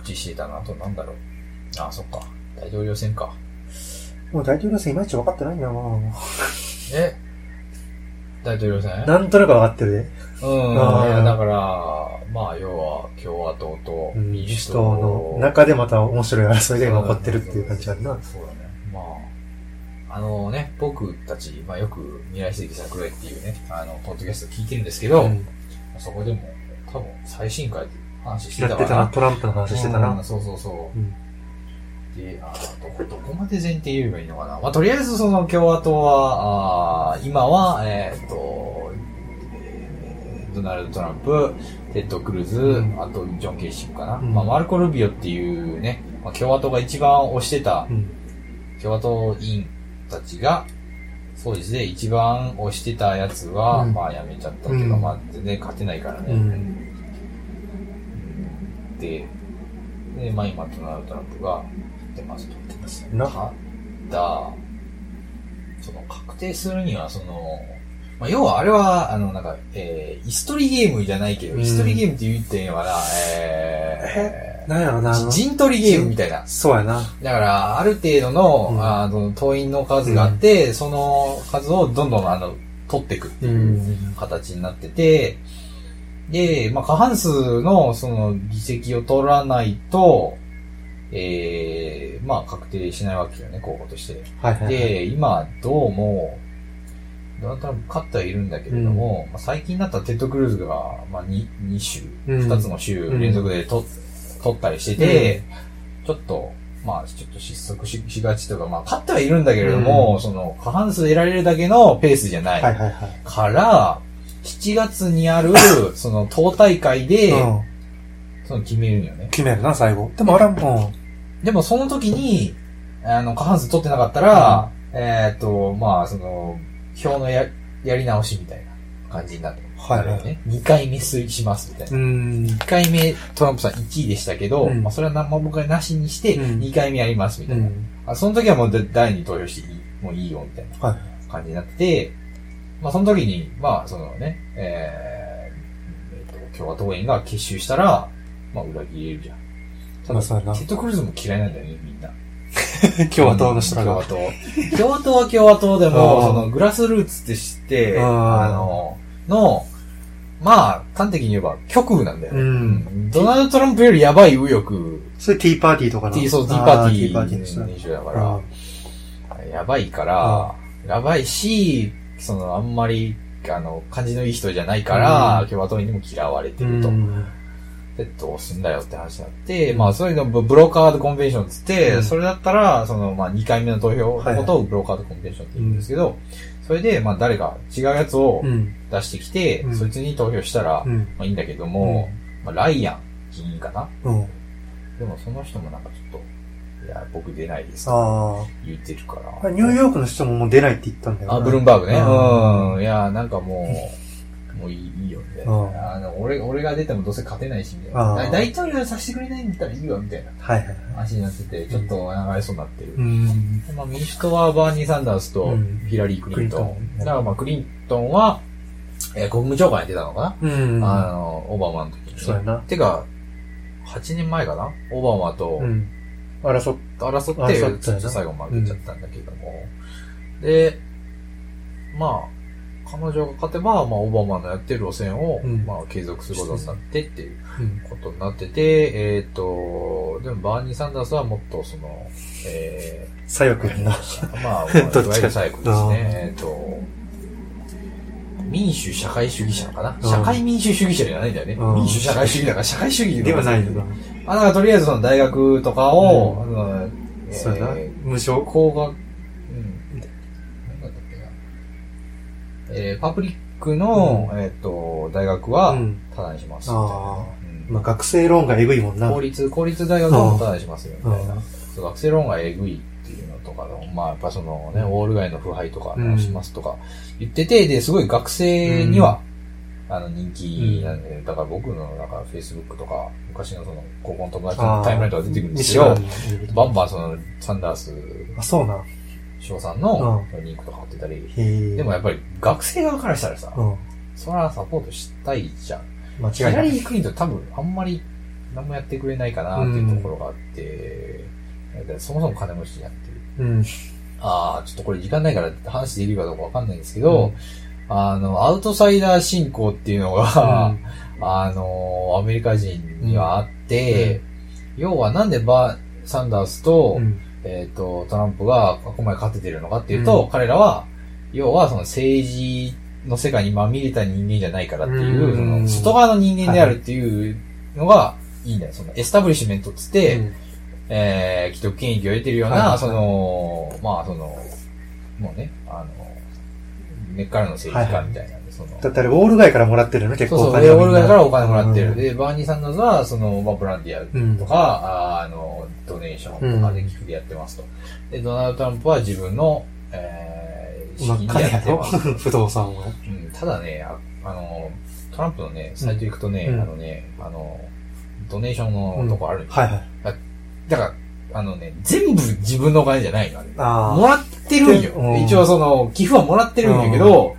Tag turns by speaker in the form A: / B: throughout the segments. A: 識していたのあとなんだろう。ああ、そっか。大統領選か。
B: もう大統領選いまいち分かってないんだよな
A: え大統領選
B: なんとなく分かってるで。
A: うん。い
B: あー
A: や、だから、まあ、要は、共和党と
B: 民
A: 民
B: 主
A: 主
B: 党
A: 党
B: の中でまた面白い争いが今起こってるっていう感じだな。
A: そうだね。まあ、あのね、僕たち、まあよく未来世紀桜井っていうね、あの、ポッドキャスト聞いてるんですけど、
B: うん
A: そこでも多分最新回で話して
B: や
A: た
B: っ
A: か
B: てた
A: ら
B: な、。トランプの話してた
A: うん
B: な。
A: そうそうそう。
B: うん
A: で、あーどこ、どこまで前提言えばいいのかな。まあ、とりあえずその共和党は、あー今は、えーっと、えードナルド・トランプ、テッド・クルーズ、
B: うん
A: あとジョン・ケイシックかな。
B: うん
A: まあ、マルコ・ルビオっていうね、まあ、共和党が一番推してた
B: うん。
A: 共和党委員たちが、そうですね、一番推してたやつは、
B: うん
A: まあ、やめちゃったけど、
B: うん
A: まあ、全然勝てないからね。
B: うん。
A: で、で、まあ今、ドナルド・トランプが出ますと。
B: な
A: ただ、その確定するには、その、まあ要はあれは、あの、なんか、えー、椅子取りゲームじゃないけど、
B: うん
A: 椅子取りゲームって言ってんやから、え
B: なんやろな、あ
A: ー、
B: の、
A: 陣取りゲームみたいな。
B: そうやな。
A: だから、ある程度の、
B: うん
A: あの、党員の数があって、その数をどんどん、あの、取っていくって
B: う
A: いう。
B: ん。
A: 形になってて、で、まあ、過半数の、その、議席を取らないと、えー、まあ、確定しないわけよね、候補として。
B: はいはいはい。
A: で、今、どうも、ドナルド・トランプ勝ってはいるんだけれども、まあ、最近だったらテッド・クルーズが、まあ、2, 二州、
B: うん
A: 2つの州連続でと、取ったりしてて、ちょっと、まあ、ちょっと失速ししがちとか、まあ、勝ってはいるんだけれども、その、過半数得られるだけのペースじゃない
B: はいはいはい。
A: から、7月にあ る、その、党大会で、
B: うん。
A: その、決めるんよね。
B: 決めるな、最後。でもあれはも
A: でも、その時に、あの、過半数取ってなかったら、えーっ、と、まあ、その、票のや、やり直しみたいな感じになって、
B: う、はい
A: な
B: は
A: るよ
B: い。
A: ね。2回目推します、みたいな。
B: うん。
A: 1回目、トランプさん1位でしたけど、
B: うん
A: まあ、それは何も僕はなしにして、
B: うん
A: 2回目やります、み
B: う
A: たいな。
B: ん。
A: あその時はもう、だ第2投票していい、もういいよ、みたいな。
B: はい。
A: 感じになってて、まあその時に、まあそのね、えーえーと共和党員が結集したら、まあ裏切れるじゃん。た
B: ま
A: だ、
B: あそうやな
A: テッド・クルーズも嫌いなんだよね、みんな。
B: 共和党の人ら
A: 共
B: が
A: 和。党。共和党は共和党でも、
B: うん
A: そのグラスルーツって知って、
B: うん
A: あの、の、まあ、端的に言えば極右なんだよ
B: う
A: ね。
B: ん。
A: ドナルド・トランプよりやばい右翼、
B: それティーパーティーとかな
A: T そう、T パーティ
B: あー
A: ー
B: の人
A: の
B: ね
A: 人だから、
B: あ
A: やばいから、やばいし、その、あんまり、あの、感じのいい人じゃないから、
B: うん
A: 共和党にも嫌われて
B: ー。
A: ると。
B: うん。
A: で、どうすんだよって話になって、まあ、そういうの、ブブローカードコンベンションっつって、
B: うん
A: それだったら、その、まあ、2回目の投票
B: は
A: の
B: いはい
A: ことをブローカードコンベンションって言うんですけど、それで、まあ、誰か違うやつを
B: うん。
A: 出してきて、
B: うん
A: そいつに投票したら、
B: うん。
A: まあ、いいんだけども、まあ、ライアン議員かな
B: うん。
A: でも、その人もなんかちょっと、いや、僕出ないです。
B: あ
A: 言ってるから。
B: あ。ニューヨークの人ももう出ないって言ったんだよな。
A: あ、ブルームバーグね。
B: うん
A: うん。いや、なんかもう、もういいいいよ、みたい
B: うん
A: な。あの、俺、俺が出てもどうせ勝てないし、みたいな
B: あ。ー
A: だ大統領させてくれないんだったらいいわ、みたいな
B: はいはいはい。
A: 話になってて、ちょっと流れそうになってる。
B: うん。
A: まあ、民主党はバーニー・サンダースと
B: うん
A: ヒラリー・クリントン。
B: クリントン
A: だからまあ、クリントンは、えー国務長官やってたのか
B: うん。
A: な、あの、オバマの時にね。
B: そうやな
A: てか、8年前かなオバマと、
B: うん。争っ
A: 争って、
B: 争っ
A: ち
B: た
A: ょ
B: よ
A: っ
B: な
A: と最後負けちゃったんだけども。で、まあ、彼女が勝てば、まあ、オバマのやってる路線を、
B: うん
A: まあ、継続することになってっていう
B: うん。
A: ことになってて、えっ、と、でも、バーニー・サンダースはもっとその、え
B: 左翼やんな。
A: ー、 まあ、
B: どっちか
A: いわゆる最後です
B: あー
A: ね。えっ、と、民主社会主義者かな
B: うん
A: 社会民主主義者じゃないんだよね。
B: うん
A: 民主社会主義だから社会主義
B: ではないよ
A: んだ
B: な。
A: あ、だからとりあえずその大学とかを、あの
B: そうやな
A: えー。
B: 無償。
A: 工学、うん、なんだったっけな。えーパブリックの、えっ、と、大学は
B: う、ん。
A: ただにしますみたいな
B: あ
A: ね、
B: あ。まあ学生ローンがエグいもん
A: う
B: な。
A: ん
B: う
A: 公
B: ん。
A: 立、公立大学はただにしますよ、みたいな
B: うん。
A: そう学生ローンがえぐいっていうのとかの、まあ、やっぱそのね、
B: うん
A: ウォール街の腐敗とか
B: うん
A: しますとか言ってて、で、すごい学生には、あの、人気なんで、だから僕の、なんか、Facebook とか、昔のその、高校の友達のタイムラインとか出てくるんですよ。バンバンその、サンダース
B: あ、そうな。
A: 翔さんのリンクとか貼ってたり。
B: へえ。
A: でもやっぱり学生側からしたらさ、
B: うん。
A: そらサポートしたいじゃん。
B: 間
A: ヒ
B: 違い
A: ラ
B: な
A: リ
B: い。
A: ー・クリントン多分あんまり何もやってくれないかなっていうところがあって、なんかそもそも金持ちじゃなくて、
B: うん。
A: ああ、ちょっとこれ時間ないから話できるかどうかわかんないんですけど、あの、アウトサイダー信仰っていうのが、あの、アメリカ人にはあって、要はなんでバー、サンダースと、
B: うん。
A: えっ、と、トランプがここまで勝ててるのかっていうと、彼らは、要はその政治の世界にまみれた人間じゃないからっていう、
B: うん
A: その外側の人間であるっていうのがいいんだよ。そのエスタブリッシュメントっつって、
B: うん
A: えー、既得権益を得てるような、
B: はいはい
A: その、まあその、もうね、あの、根っからの政治家みたいなんで、その、
B: だってあれ、ウォール街からもらってるよね、結
A: そう
B: 構
A: そう、
B: お金
A: で
B: は
A: オール
B: みんな
A: ガからお金もらって
B: う
A: る。
B: ん
A: で、バーニーさんのは、その、まあ、ボランティア
B: うん
A: とか、あーあの、ドネーションとかで寄付でやってますと。で、ドナルド・トランプは自分の、えー、資
B: まあ
A: 金で
B: 金
A: や
B: や
A: って
B: ろ
A: ます。
B: 不動産は。
A: うん、ただねあ、あの、トランプのね、サイト行くとね、
B: うん
A: あのね、あの、ドネーションのとこある、
B: はいはい。
A: だから、あのね、全部自分のお金じゃないの、あれ。
B: あ
A: もらってるんよ
B: うん。
A: 一応その、寄付はもらってるんやけど、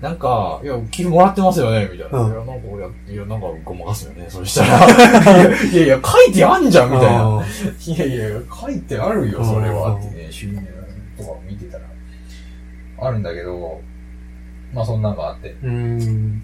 A: なんか、いや、寄付もらってますよね、みたいな。
B: うん
A: いや、なんか、いや、いやなんかごまかすよね、それしたら。い やいやいや、書いてあんじゃ
B: あ。
A: ん、みたいな。
B: あー。
A: いやいや、書いてあるよ、それ
B: う
A: は。
B: ん
A: ってね、収入とかを見てたら。あるんだけど、まあそんなんがあって。
B: うん。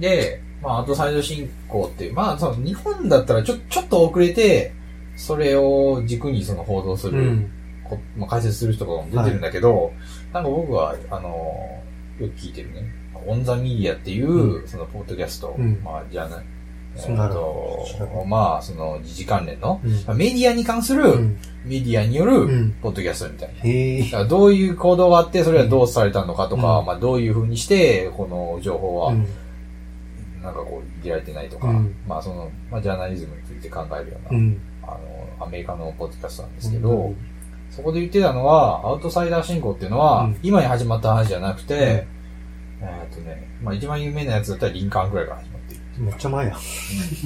A: で、まあ、アウトサイド進行っていう、まあ、その日本だったらちょ、ちょっと遅れて、それを軸にその報道す
B: う
A: る
B: ん。
A: こまあ、解説する人とかも出てるんだけど、なんか僕は、あのーよく聞いてるね、オンザミディアっていう、
B: う
A: そのポッドキャスト、
B: うん
A: まあ、じゃない、
B: そんな
A: と
B: の調べ
A: まあ、その時事関連の、
B: うん
A: まあメディアに関する、
B: うん。
A: メディアによ
B: う
A: る、
B: ん。
A: ポッドキャストみたいな。
B: へえ
A: だ。からどういう行動があって、それはどうされたのかとか、
B: うん
A: まあどういう風にして、この情報は
B: う、ん
A: なんかこう、入れられてないとか、
B: うん
A: まあその、まあジャーナリズムについて考えるよう
B: う
A: な、
B: ん。
A: あの、アメリカのポッドキャストなんですけど、そこで言ってたのは、アウトサイダー信仰っていうのは、
B: うん
A: 今に始まった話じゃなくて、えーっとね、まあ一番有名なやつだったらリンカーンぐらいから始まっている。
B: めっちゃ前や。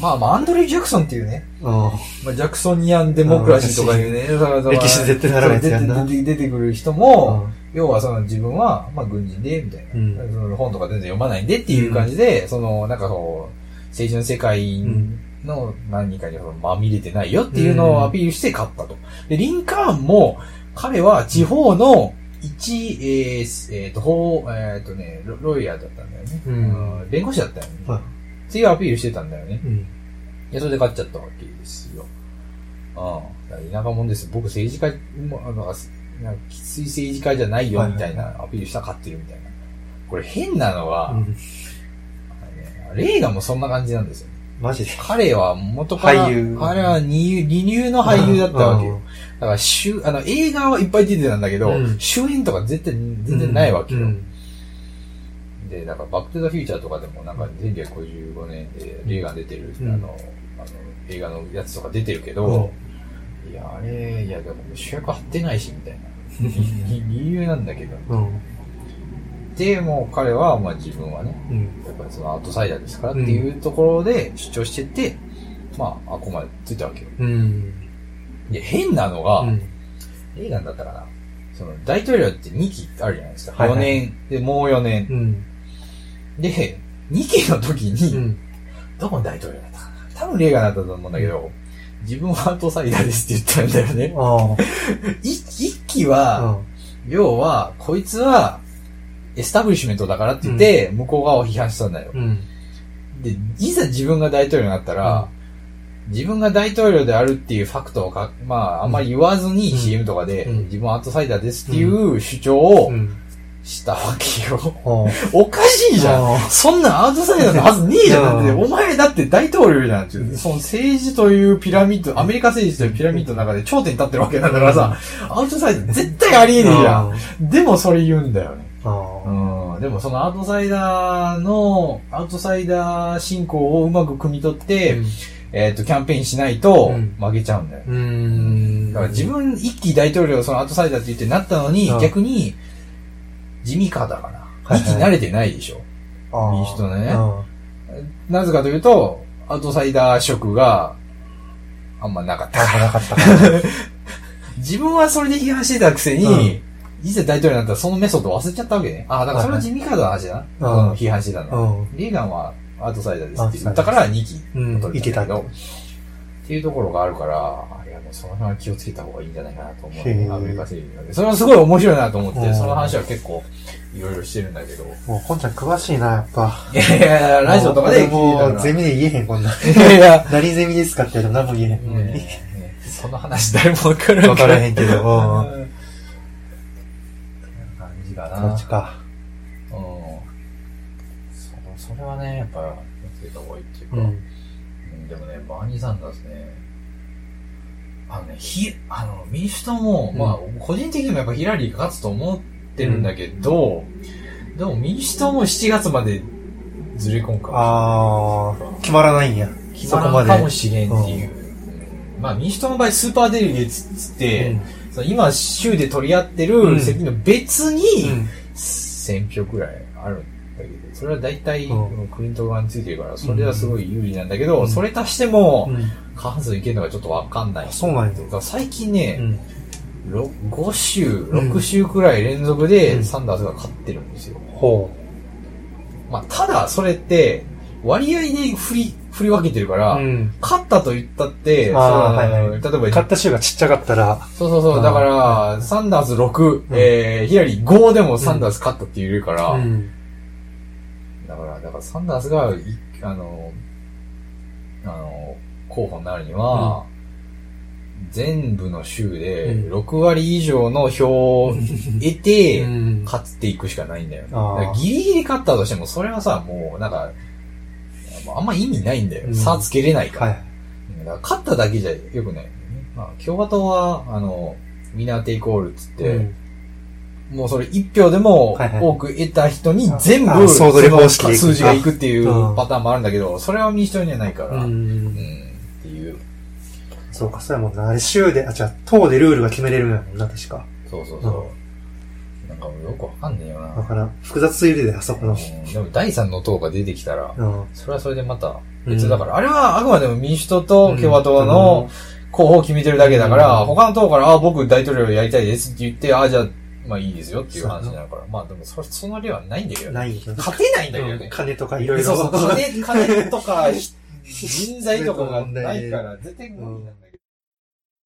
A: まあまあアンドレイ・ジャクソンっていうね、
B: あ
A: まあジャクソニアン・デモクラシーとかいうね、だから
B: あ。歴史絶対
A: そ
B: ならな
A: う
B: いやつやんな。
A: 出て出て出てくる人も、要はその自分は、まあ軍人で、みたいな、
B: うん
A: その本とか全然読まないんでっていう感じで、そのなんかこう、政治の世界
B: うん。
A: の何人かにはまみれてないよっていうのをアピールして勝ったと。で、リンカーンも、彼は地方の一、えーすえーと、法、えっ、とねロ、ロイヤーだったんだよね。
B: うん
A: あー弁護士だったよね。
B: はい
A: っていうアピールしてたんだよね。
B: うん。
A: いや、それで勝っちゃったわけですよ。うん。だから田舎者です。僕政治家も、あの、なんかきつい政治家じゃないよみたいなアピールしたら勝ってるみたいな。これ変なのは、
B: うん
A: あのねレーガンもそんな感じなんですよ。
B: マジで。
A: 彼は元から、
B: 俳優
A: 彼は二流二流の俳優だったわけ
B: う
A: よ。
B: ん。
A: だから主、あの、映画はいっぱい出てたんだけど、
B: うん
A: 主演とか絶対、全然ないわけよ。
B: うん
A: で、なんか、バックトゥザフューチャーとかでも、なんか、1955年で、レーガン出てる、
B: うん
A: あの、あの、映画のやつとか出てるけど、いや、あれ、いや、でも主役張ってないし、みたいな。 理由なんだけど。
B: うん。
A: で、もう彼は、まあ自分はね、
B: うん。
A: やっぱりそのアウトサイダーですからっていうところで主張してて、まあ、あここまでついたわけよ。
B: うん。
A: で、変なのが、
B: うん
A: レーガンだったかな。その、大統領って2期あるじゃないですか。
B: はい
A: 4
B: はい
A: 年、で、もう4年。
B: うん。
A: で、2期の時に、
B: うん。
A: どこの大統領だったかな多分レーガンだったと思うんだけど、自分はアウトサイダーですって言ったんだよね。
B: あ
A: 一一期は、
B: あ。
A: 要は、こいつは、エスタブリッシュメントだからって言って、向こう側を批判したんだよ
B: う。ん。
A: で、いざ自分が大統領になったら、自分が大統領であるっていうファクトをか、まあ、あんまり言わずに
B: うん
A: CM とかで、
B: うん
A: 自分はアウトサイダーですっていう主張を
B: うん。
A: したわけよ。
B: ああ。
A: おかしいじゃん
B: ああ
A: そんなんアウトサイダーのはずねえじゃん。だって
B: うん
A: お前だって大統領じゃんっていう。その政治というピラミッド、アメリカ政治というピラミッドの中で頂点に立ってるわけなんだからさ、アウトサイダー絶対ありえねえじゃん。でもそれ言うんだよね。
B: ああ。
A: うん。でもそのアウトサイダーの、アウトサイダー進行をうまく汲み取って、えっと、キャンペーンしないと
B: うん
A: 負けちゃうんだよ。
B: うーん。
A: だから自分一期大統領、そのアウトサイダーって言ってなったのに
B: う、ん
A: 逆に、地味かだか
B: は
A: ら。
B: いはい
A: 一期慣れてないでしょ。
B: ああ
A: いい人ね
B: あ
A: なぜかというと、アウトサイダー色があんまなかっ
B: あ
A: た。
B: なかったから。
A: 自分はそれで批判してたくせに、
B: うん
A: いざ大統領になったらそのメソッド忘れちゃったわけね。あ、だからそれは
B: はい
A: 地味カードの話だな。
B: うん
A: うん批判してた
B: う
A: の。
B: ん。
A: リーガンはアウトサイダーですって言ったから2期
B: うん
A: 取れたんだけど、っていうところがあるから、いや、もうその辺は気をつけた方がいいんじゃないかなと思う。
B: へー
A: アメリカ製品はねそれはすごい面白いなと思っ
B: う
A: て、
B: ん
A: その話は結構いろいろしてるんだけ ど。
B: もう、こんちゃん詳しいな、やっぱ。
A: いやいや、ラジオとかで聞いた
B: もう、
A: ら。
B: ゼ
A: い
B: ミで言えへん、こんなん。
A: やいや、
B: 何ゼミですかって言われても何も言えへん。
A: ねえねえその話誰もわからん
B: わからへん けどうん
A: うん感じか
B: そ
A: な。
B: っちか。
A: うん。そそれはね、やっぱ、気をつけた方がいいっていうか。
B: うん。
A: うんでもね、バーニー・サンダースね、あのね、ひ、あの、民主党も、
B: うん
A: まあ、個人的にもやっぱヒラリーが勝つと思ってるんだけど、でも民主党も7月までずれ込むか
B: あー、決まらないんや。
A: もし
B: そ
A: れない。
B: こ
A: 決ま
B: ま
A: ら
B: で
A: んかもしれんっていう。うんまあ、民主党の場合、スーパーデリゲーツっつって、その今、州で取り合って
B: う
A: る
B: ん
A: 責任の別に、
B: うん。うん
A: 1000票くらいあるんだけど、それは大体、
B: うん
A: このクリント側についてるから、それはすごい有利なんだけど、
B: うん
A: それ足しても、
B: うん。
A: 過半数いけるのがちょっとわかんない。
B: あそうなんや
A: だから最近
B: う
A: ね、
B: ん。
A: ろ5週、
B: うん
A: 6週くらい連続
B: う
A: で
B: ん
A: サンダースが勝ってるんですよ。
B: ほ
A: まあ、ただ、それって、割合で振り、振り分けてるから、
B: う。うん。
A: 勝ったと言ったって、その
B: あーはいは
A: 例えば
B: 買、った州がちっちゃかったら、
A: そうそうそう、だから、サンダース6、えー、ヒラリー5でもサンダース勝ったって言えるから、
B: うん。
A: だから、だからサンダースが、いあの、あの、候補になるには、全部の州で
B: うん
A: 6割以上の票を得
B: う
A: て、
B: ん
A: 勝っていくしかないんだよね。だ
B: あ
A: か
B: ー
A: らギリギリ勝ったとしても、それはさ、もう、なんか、あんま意味ないんだ
B: う
A: よ。
B: ん
A: 差つけれないから。
B: はい。
A: だから勝っただけじゃよくないんだよね。まあ、共和党は、あの、ミナーテイコールっつって、
B: うん
A: もうそれ1票でも
B: はいはい
A: 多く得た人に全部
B: あ相乗り方式
A: その数
B: でいく
A: 字がいくっていう
B: うん
A: パターンもあるんだけど、それは民主党にはないから。う
B: う
A: ん。っ
B: ん。
A: ていう。
B: そうか、そうやもんな。あれ、州で、あ、違う、党でルールが決めれるんやもんな、確か。
A: そうそうそう。なんかもうよくわかんねえよ
B: だ
A: な。
B: からん、複雑すぎるで、あそこの。
A: うんでも第三の党が出てきたら、
B: うん。
A: それはそれでまた別だから、あれはあくまでも民主党と共和党
B: う
A: の候補を決めてるだけだから、
B: うん
A: 他の党から、あ、僕大統領やりたいですって言って、あ、じゃあ、まあいいですよっていう話になるから、まあでもそ、その例はないんだけどね。
B: ないよな。
A: 勝てないんだけどね。
B: 金とかいろいろ。
A: そうそう、金、金とか、人材とかがないから、絶対無理なんだけど。